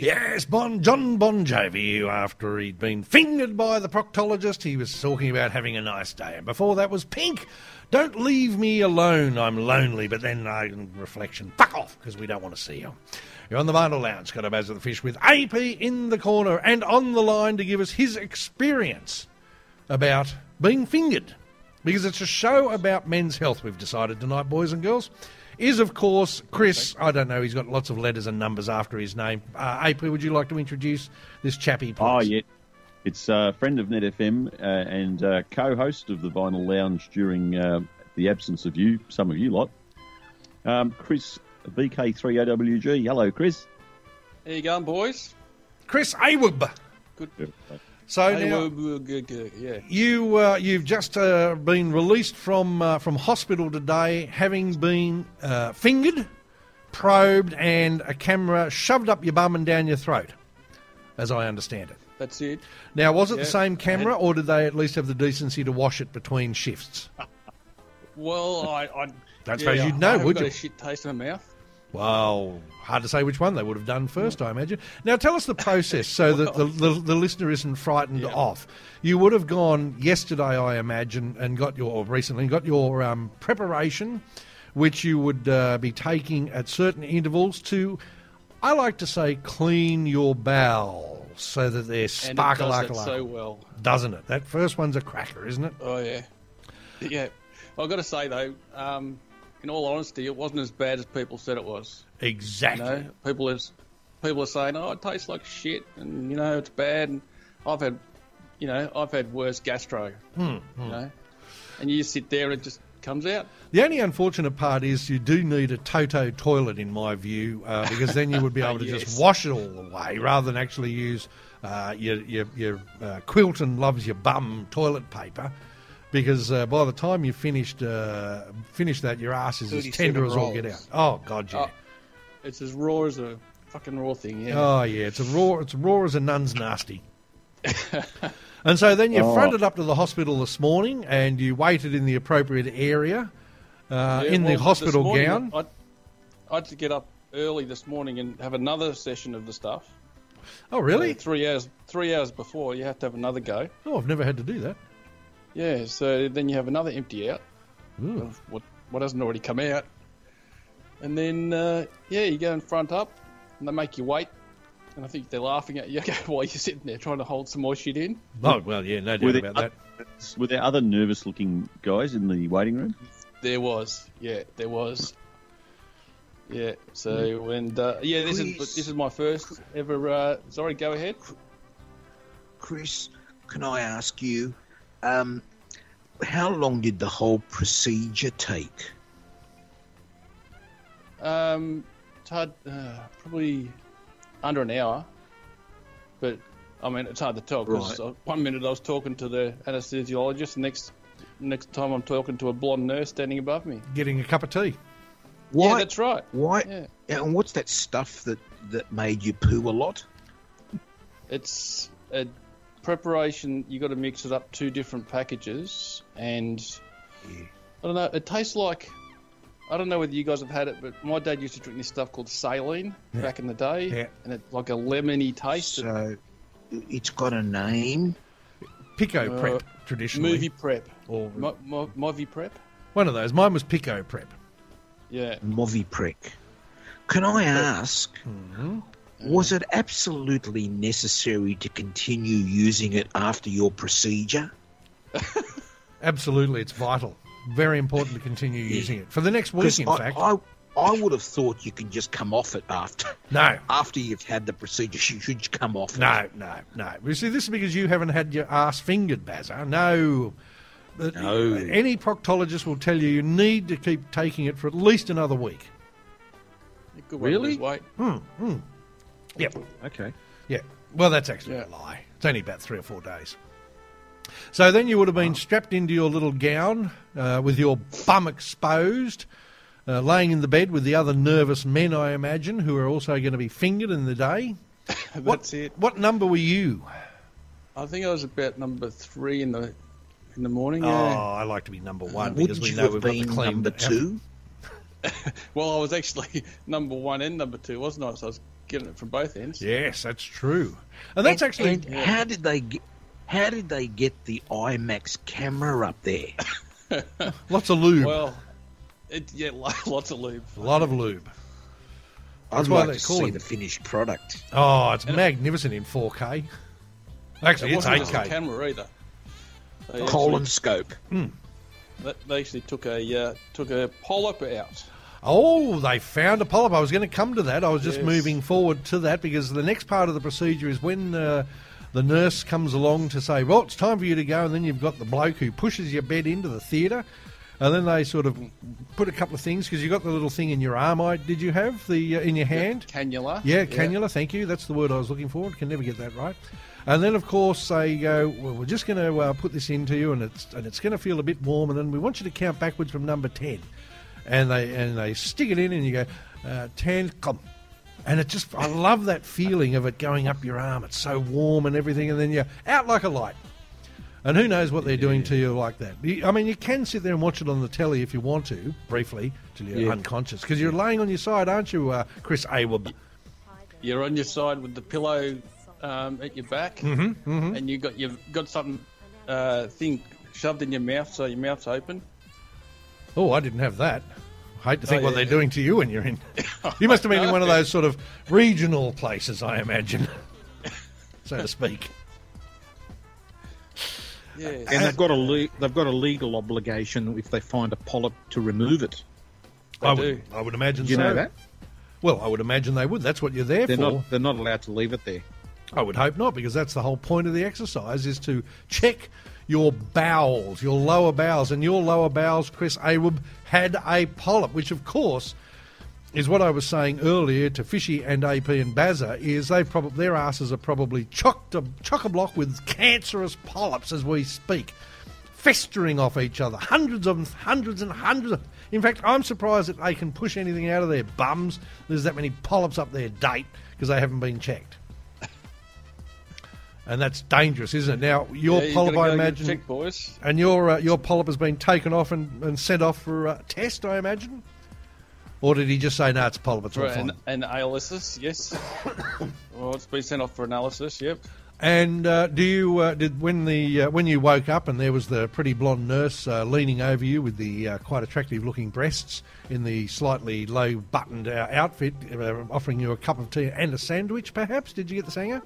Yes, bon, John Bon Jovi, who after he'd been fingered by the proctologist, he was talking about having a nice day. And before that was Pink. Don't leave me alone, I'm lonely. But then, uh, in reflection, fuck off, because we don't want to see you. You're on the Vinyl Lounge, Scott Abaz of the Fish, with AP in the corner and on the line to give us his experience about being fingered. Because it's a show about men's health, we've decided tonight, boys and girls. Is, of course, Chris. I don't know, he's got lots of letters and numbers after his name. Uh, AP, would you like to introduce this chappie, please? Oh, yeah. It's a friend of Net FM uh, and uh, co host of the Vinyl Lounge during uh, the absence of you, some of you lot. Um, Chris VK3OWG. Hello, Chris. How you going, boys? Chris Awub. Good. So Hey, now, well, well, good, good, yeah. You uh, you've just uh, been released from uh, from hospital today, having been uh, fingered, probed, and a camera shoved up your bum and down your throat, as I understand it. That's it. Now, was it Yeah, the same and- camera, or did they at least have the decency to wash it between shifts? Well, I, I Don't suppose you'd know, I haven't would got you? A shit taste in my mouth. Well, hard to say which one they would have done first, I imagine. Now, tell us the process so that the, the, the listener isn't frightened off. You would have gone yesterday, I imagine, and got your, or recently, got your um, preparation, which you would uh, be taking at certain intervals to, I like to say, clean your bowels so that they're And it sparkle does it so well. Doesn't it? That first one's a cracker, isn't it? Oh yeah, yeah. I've got to say though, um, in all honesty, it wasn't as bad as people said it was. You Exactly. know, people is people are saying, "Oh, it tastes like shit," and you know, it's bad. And I've had, you know, I've had worse gastro. Hmm, You know, and you sit there and it just comes out. The only unfortunate part is you do need a Toto toilet, in my view, uh, because then you would be able to Oh, Yes. just wash it all away rather than actually use uh, your, your, your uh, quilt and loves your bum toilet paper. Because uh, by the time you finished uh, finished that, your ass is as 37 tender as all get out. rolls. Oh God, yeah. It's as raw as a fucking raw thing. Yeah. Oh yeah, it's a raw. It's raw as a nun's nasty. and so then you Oh. fronted up to the hospital this morning, and you waited in the appropriate area uh, Yeah, in well, the this hospital morning, gown. I, I had to get up early this morning and have another session of the stuff. oh really? So three hours, three hours before you have to have another go. Oh, I've never had to do that. Yeah. So then you have another empty out. Ooh. of what what hasn't already come out. And then uh, yeah, you go and front up, and they make you wait. And I think they're laughing at you while you're sitting there trying to hold some more shit in. Oh well, yeah, no doubt Were about there, that. were there other nervous looking guys in the waiting room? There was, yeah, there was, yeah. So Mm. and uh, yeah, this is Please. this is my first ever. Uh, sorry, go ahead. Chris, can I ask you, um, how long did the whole procedure take? Um, it's hard, uh, probably under an hour, but I mean it's hard to tell because one minute I was talking to the anesthesiologist, next next time I'm talking to a blonde nurse standing above me. Getting a cup of tea. Why? Yeah, that's right. why? Yeah, And what's that stuff that that made you poo a lot? it's a preparation. You got to mix it up two different packages, and I don't know. It tastes like I don't know whether you guys have had it, but my dad used to drink this stuff called saline back in the day, Yeah. and it's like a lemony taste. that- So it's got a name. Pico Uh, prep traditionally, Movie prep. or Mo- mo- Movie prep? one of those. Mine was Pico prep. Yeah. Movi prick. Can I ask, Mm-hmm. was it absolutely necessary to continue using it after your procedure? Absolutely, it's vital. Very important to continue using it for the next week. Because In I, fact, I, I would have thought you can just come off it after no, after you've had the procedure. You should come off it. no, no, no. You see, this is because you haven't had your ass fingered, Bazza. No. But No. Any proctologist will tell you you need to keep taking it for at least another week. Good way to Really? lose weight. Yep. Okay. Yeah. Well, that's actually a Yeah. lie. It's only about three or four days. So then you would have been strapped into your little gown uh, with your bum exposed, uh, laying in the bed with the other nervous men, I imagine, who are also going to be fingered in the day. That's it. What number were you? I think I was about number three in the in the morning. Oh, Yeah. I like to be number one because Wouldn't we you know have we've got the been clean number two? Well, I was actually number one and number two, wasn't I? So I was getting it from both ends. Yes, that's true. And that's And- actually. and how did they get? How did they get the IMAX camera up there? Lots of lube. Well, it, yeah, lo- lots of lube. a lot of lube. I'd why like they to call see it- the finished product. Oh, it's And it- magnificent in 4K. Actually, It it's wasn't just a 8K. camera either. They Colon scope. actually, they actually took a uh, took a polyp out. Oh, they found a polyp. I was going to come to that. I was just Yes. moving forward to that because the next part of the procedure is when uh, the nurse comes along to say, well, it's time for you to go, and then you've got the bloke who pushes your bed into the theatre. And then they sort of put a couple of things because you got the little thing in your arm. I did you have the uh, in your hand? Cannula. Yeah, cannula. Thank you. That's the word I was looking for. Can never get that right. And then, of course, they go. Well, we're just going to uh, put this into you, and it's and it's going to feel a bit warm. And then we want you to count backwards from number ten, and they and they stick it in, and you go uh, ten come. And it just, I love that feeling of it going up your arm. It's so warm and everything, and then you're out like a light. And who knows what they're doing to you like that? You- I mean, you can sit there and watch it on the telly if you want to, briefly, till you're Yeah. unconscious, because you're laying on your side, aren't you, uh, Chris Awab? You're on your side with the pillow um, at your back, Mm-hmm, and you got you've got something uh, thing shoved in your mouth, so your mouth's open. Oh, I didn't have that. Hate to think Oh, what yeah, they're yeah. doing to you when you're in. You must have been in one of those sort of regional places, I imagine, so to speak. Yes. And they've got a le- they've got a legal obligation if they find a polyp to remove it. I do. would, I would imagine. Do you so. know that? Well, I would imagine they would. That's what you're there They're for. not they're not allowed to leave it there. I would hope not, because that's the whole point of the exercise is to check your bowels, your lower bowels, and your lower bowels, Chris Awab, had a polyp, which of course is what I was saying earlier to Fishy and AP and Bazza, is they probably their asses are probably chock a chock a block with cancerous polyps as we speak. Festering off each other, hundreds of them, hundreds and hundreds. Of, in fact, I'm surprised that they can push anything out of their bums. There's that many polyps up their date because they haven't been checked and that's dangerous, isn't it? Now your Yeah, you polyp, gotta I go imagine, Check, boys. and your uh, your polyp has been taken off and, and sent off for a test, I imagine. Or did he just say, "No, it's polyp, it's For all an, fine"? an analysis, yes. well, it's been sent off for analysis. Yep. And uh, do you uh, did when the uh, when you woke up and there was the pretty blonde nurse uh, leaning over you with the uh, quite attractive looking breasts in the slightly low buttoned uh, outfit, uh, offering you a cup of tea and a sandwich, perhaps? Did you get the singer?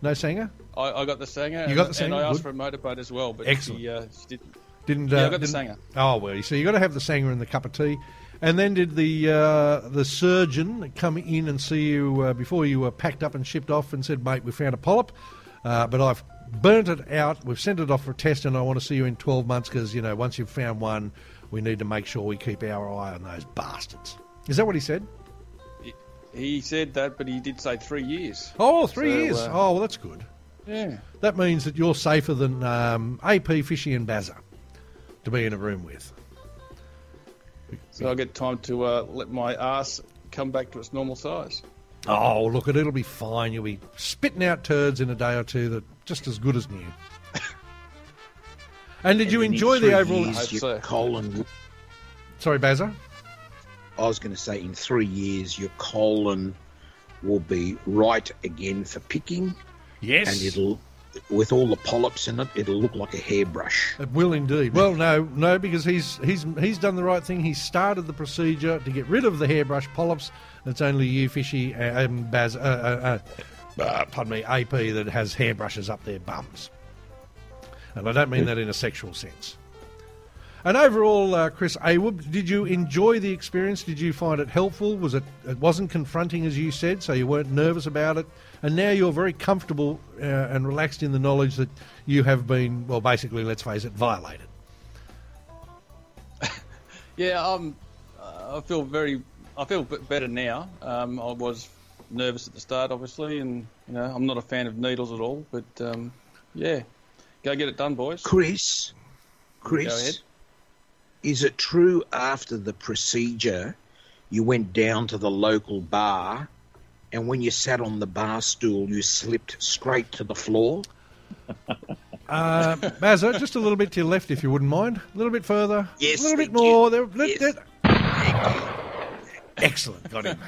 No singer. I, I got the singer. You got and- the and Sanger, I asked good. for a motorboat as well, but Excellent. she, uh, she didn't. Didn't Yeah, uh, I got the didn't- Sanger. Oh well, you see, you got to have the Sanger and the cup of tea, and then did the uh, the surgeon come in and see you uh, before you were packed up and shipped off and said, "Mate, we found a polyp, uh, but I've burnt it out. We've sent it off for a test, and I want to see you in twelve months because you know once you've found one, we need to make sure we keep our eye on those bastards." Is that what he said? He said that, but he did say three years. Oh, three So, years. uh, oh, well, that's good. Yeah. That means that you're safer than um, AP Fishy and Bazza to be in a room with. So I get time to uh, let my ass come back to its normal size. Oh, look, it, it'll be fine. You'll be spitting out turds in a day or two that just as good as new. and did you And in enjoy three the overall? years, I'd your say. colon. Sorry, Bazza. I was going to say, in three years, your colon will be right again for picking, Yes, and it'll, with all the polyps in it, it'll look like a hairbrush. It will indeed. Well, no, no, because he's he's he's done the right thing. He started the procedure to get rid of the hairbrush polyps. It's only you, Fishy, and um, Baz, uh, uh, uh, uh, pardon me, AP that has hairbrushes up their bums. And I don't mean that in a sexual sense. And overall, uh, Chris Awub, did you enjoy the experience? Did you find it helpful? Was it it wasn't confronting as you said, so you weren't nervous about it, and now you're very comfortable uh, and relaxed in the knowledge that you have been well, basically, let's face it, violated. Yeah, um, uh, I feel very, I feel a bit better now. Um, I was nervous at the start, obviously, and you know I'm not a fan of needles at all. But um, yeah, go get it done, boys. Chris, Go ahead. Chris, is it true after the procedure you went down to the local bar and when you sat on the bar stool you slipped straight to the floor? Uh, Mazza, just a little bit to your left, if you wouldn't mind. A little bit further. Yes, A little bit thank you. more. There, let- Yes. let- Excellent. Got him.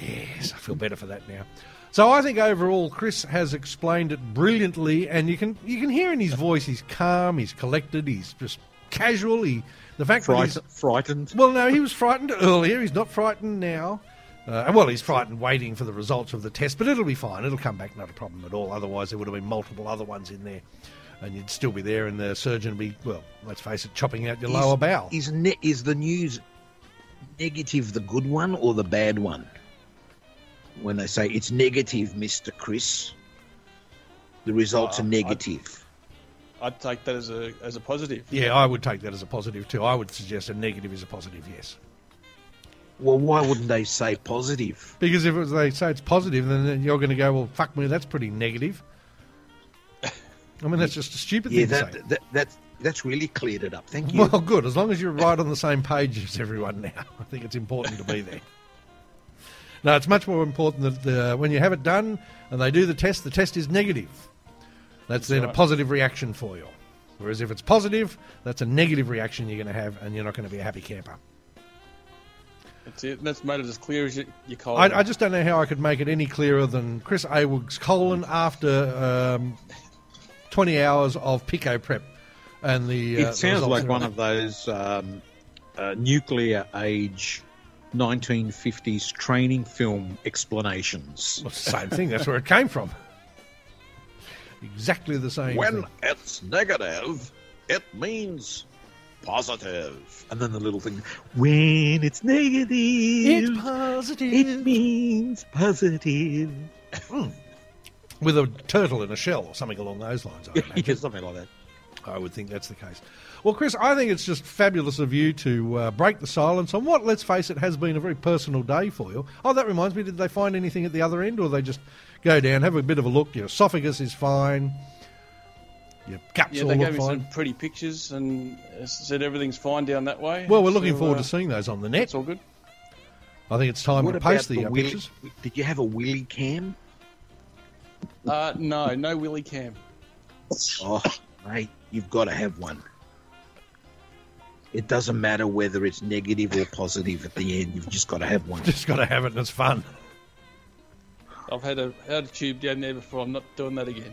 Yes, I feel better for that now. So I think overall, Chris has explained it brilliantly, and you can you can hear in his voice he's calm, he's collected, he's just casual. He the fact that he's Fright- frightened. well, no, he was frightened earlier. He's not frightened now. Uh, well, he's frightened waiting for the results of the test, but it'll be fine. It'll come back, not a problem at all. Otherwise, there would have been multiple other ones in there, and you'd still be there, and the surgeon would be, well, let's face it, chopping out your lower bowel. Is, ne- is the news negative the good one or the bad one? When they say it's negative, Mr. Chris, the results Uh, are I- negative. I'd take that as a as a positive. Yeah, I would take that as a positive too. I would suggest a negative is a positive, yes. Well, why wouldn't they say positive? Because if it was, they say it's positive, then then you're going to go, well, fuck me, that's pretty negative. I mean, that's just a stupid Yeah, thing to say. that, that, that, that's really cleared it up. Thank you. Well, good. As long as you're right on the same page as everyone now, I think it's important to be there. No, it's much more important that the, when you have it done and they do the test, the test is negative. That's then a right. positive reaction for you. Whereas if it's positive, that's a negative reaction you're going to have, and you're not going to be a happy camper. That's it. And that's made it as clear as you, you call it. I, I just don't know how I could make it any clearer than Chris Awig's colon after um, 20 hours of pico prep. And the uh, it sounds results like are- one of those um, uh, nuclear age 1950s training film explanations. Well, it's the same thing. That's where it came from. Exactly the same. When thing. it's negative, it means positive. And then the little thing, when it's negative, it's positive. it means positive. With a turtle in a shell or something along those lines. I imagine. Yeah, something like that. I would think that's the case. Well, Chris, I think it's just fabulous of you to uh, break the silence on what, let's face it, has been a very personal day for you. Oh, that reminds me, did they find anything at the other end, or they just go down, have a bit of a look? Your esophagus is fine. Your guts yeah, all they look gave me fine. some pretty pictures and uh, said everything's fine down that way. Well, we're looking So, forward uh, to seeing those on the net. It's all good. I think it's time What to about post the, the uh, wheel- pictures. Did you have a willy cam? Uh, no, no Willy Cam. Oh, mate, you've got to have one. It doesn't matter whether it's negative or positive at the end. You've just got to have one. Just got to have it, and it's fun. I've had a had a tube down there before. I'm not doing that again.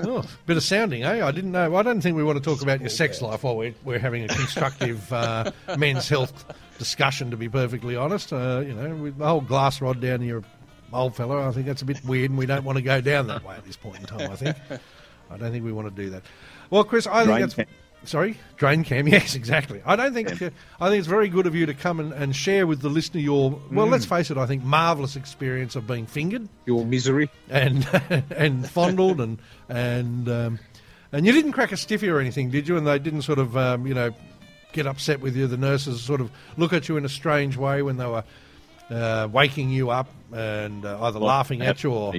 Oh, bit of sounding, eh? I didn't know. I don't think we want to talk about your sex life while we're, we're having a constructive uh, men's health discussion, to be perfectly honest. Uh, you know, with the whole glass rod down to your old fella, I think that's a bit weird, and we don't want to go down that way at this point in time, I think. I don't think we want to do that. Well, Chris, I Drain think that's. cam. Sorry, drain cam. Yes, exactly. I don't think I think it's very good of you to come and, and share with the listener your well. Mm. Let's face it. I think marvelous experience of being fingered Your misery. and and fondled and and um, and you didn't crack a stiffy or anything, did you? And they didn't sort of um, you know get upset with you. The nurses sort of look at you in a strange way when they were uh, waking you up and uh, either Well, laughing at you or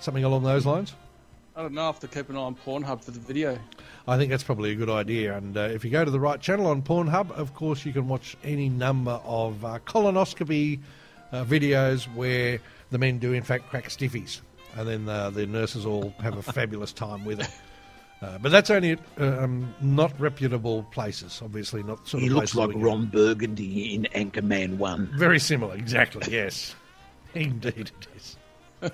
something along those lines. I don't know. I have to keep an eye on Pornhub for the video. I think that's probably a good idea. And uh, if you go to the right channel on Pornhub, of course, you can watch any number of uh, colonoscopy uh, videos where the men do, in fact, crack stiffies. And then uh, the nurses all have a fabulous time with it. Uh, but that's only at um, not reputable places, obviously. Not sort He of looks places like we go. Ron Burgundy in Anchorman 1. Very similar, exactly, yes. Indeed it is.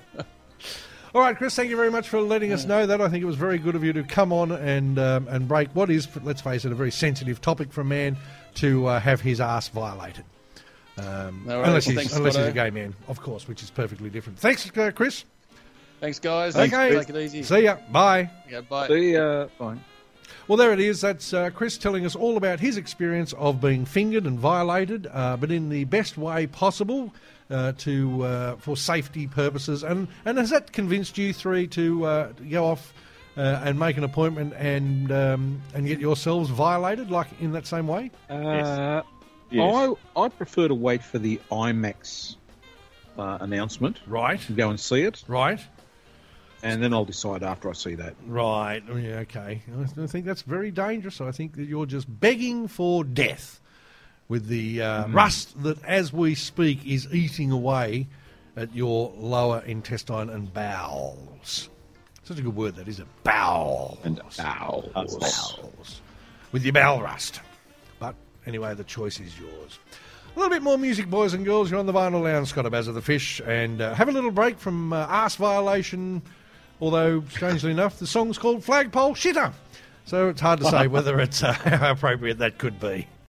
All right, Chris, thank you very much for letting us know that. I think it was very good of you to come on and, um, and break what is, let's face it, a very sensitive topic for a man to uh, have his ass violated. Um, No worries. unless he's, Thanks, unless he's a Scotto. gay man, of course, which is perfectly different. Thanks, uh, Chris. Thanks, guys. okay. Take it easy. See ya. Bye. Yeah, bye. See, uh, fine. Well, there it is. That's uh, Chris telling us all about his experience of being fingered and violated, uh, but in the best way possible uh, to uh, for safety purposes. And and has that convinced you three to, uh, to go off uh, and make an appointment and um, and get yourselves violated like in that same way? Uh, Yes. I, I prefer to wait for the IMAX uh, announcement Right. and go and see it, Right. and then I'll decide after I see that. Right. Oh, Yeah, okay. I- I think that's very dangerous. I think that you're just begging for death with the uh, rust that, as we speak, is eating away at your lower intestine and bowels. Such a good word that is a bowel. And Bowels. With your bowel rust. But anyway, the choice is yours. A little bit more music, boys and girls. You're on the vinyl lounge, Scott Abaz of the Fish, and uh, have a little break from uh, Arse Violation. Although, strangely enough, the song's called Flagpole Shitter. So it's hard to say whether it's uh, how appropriate that could be.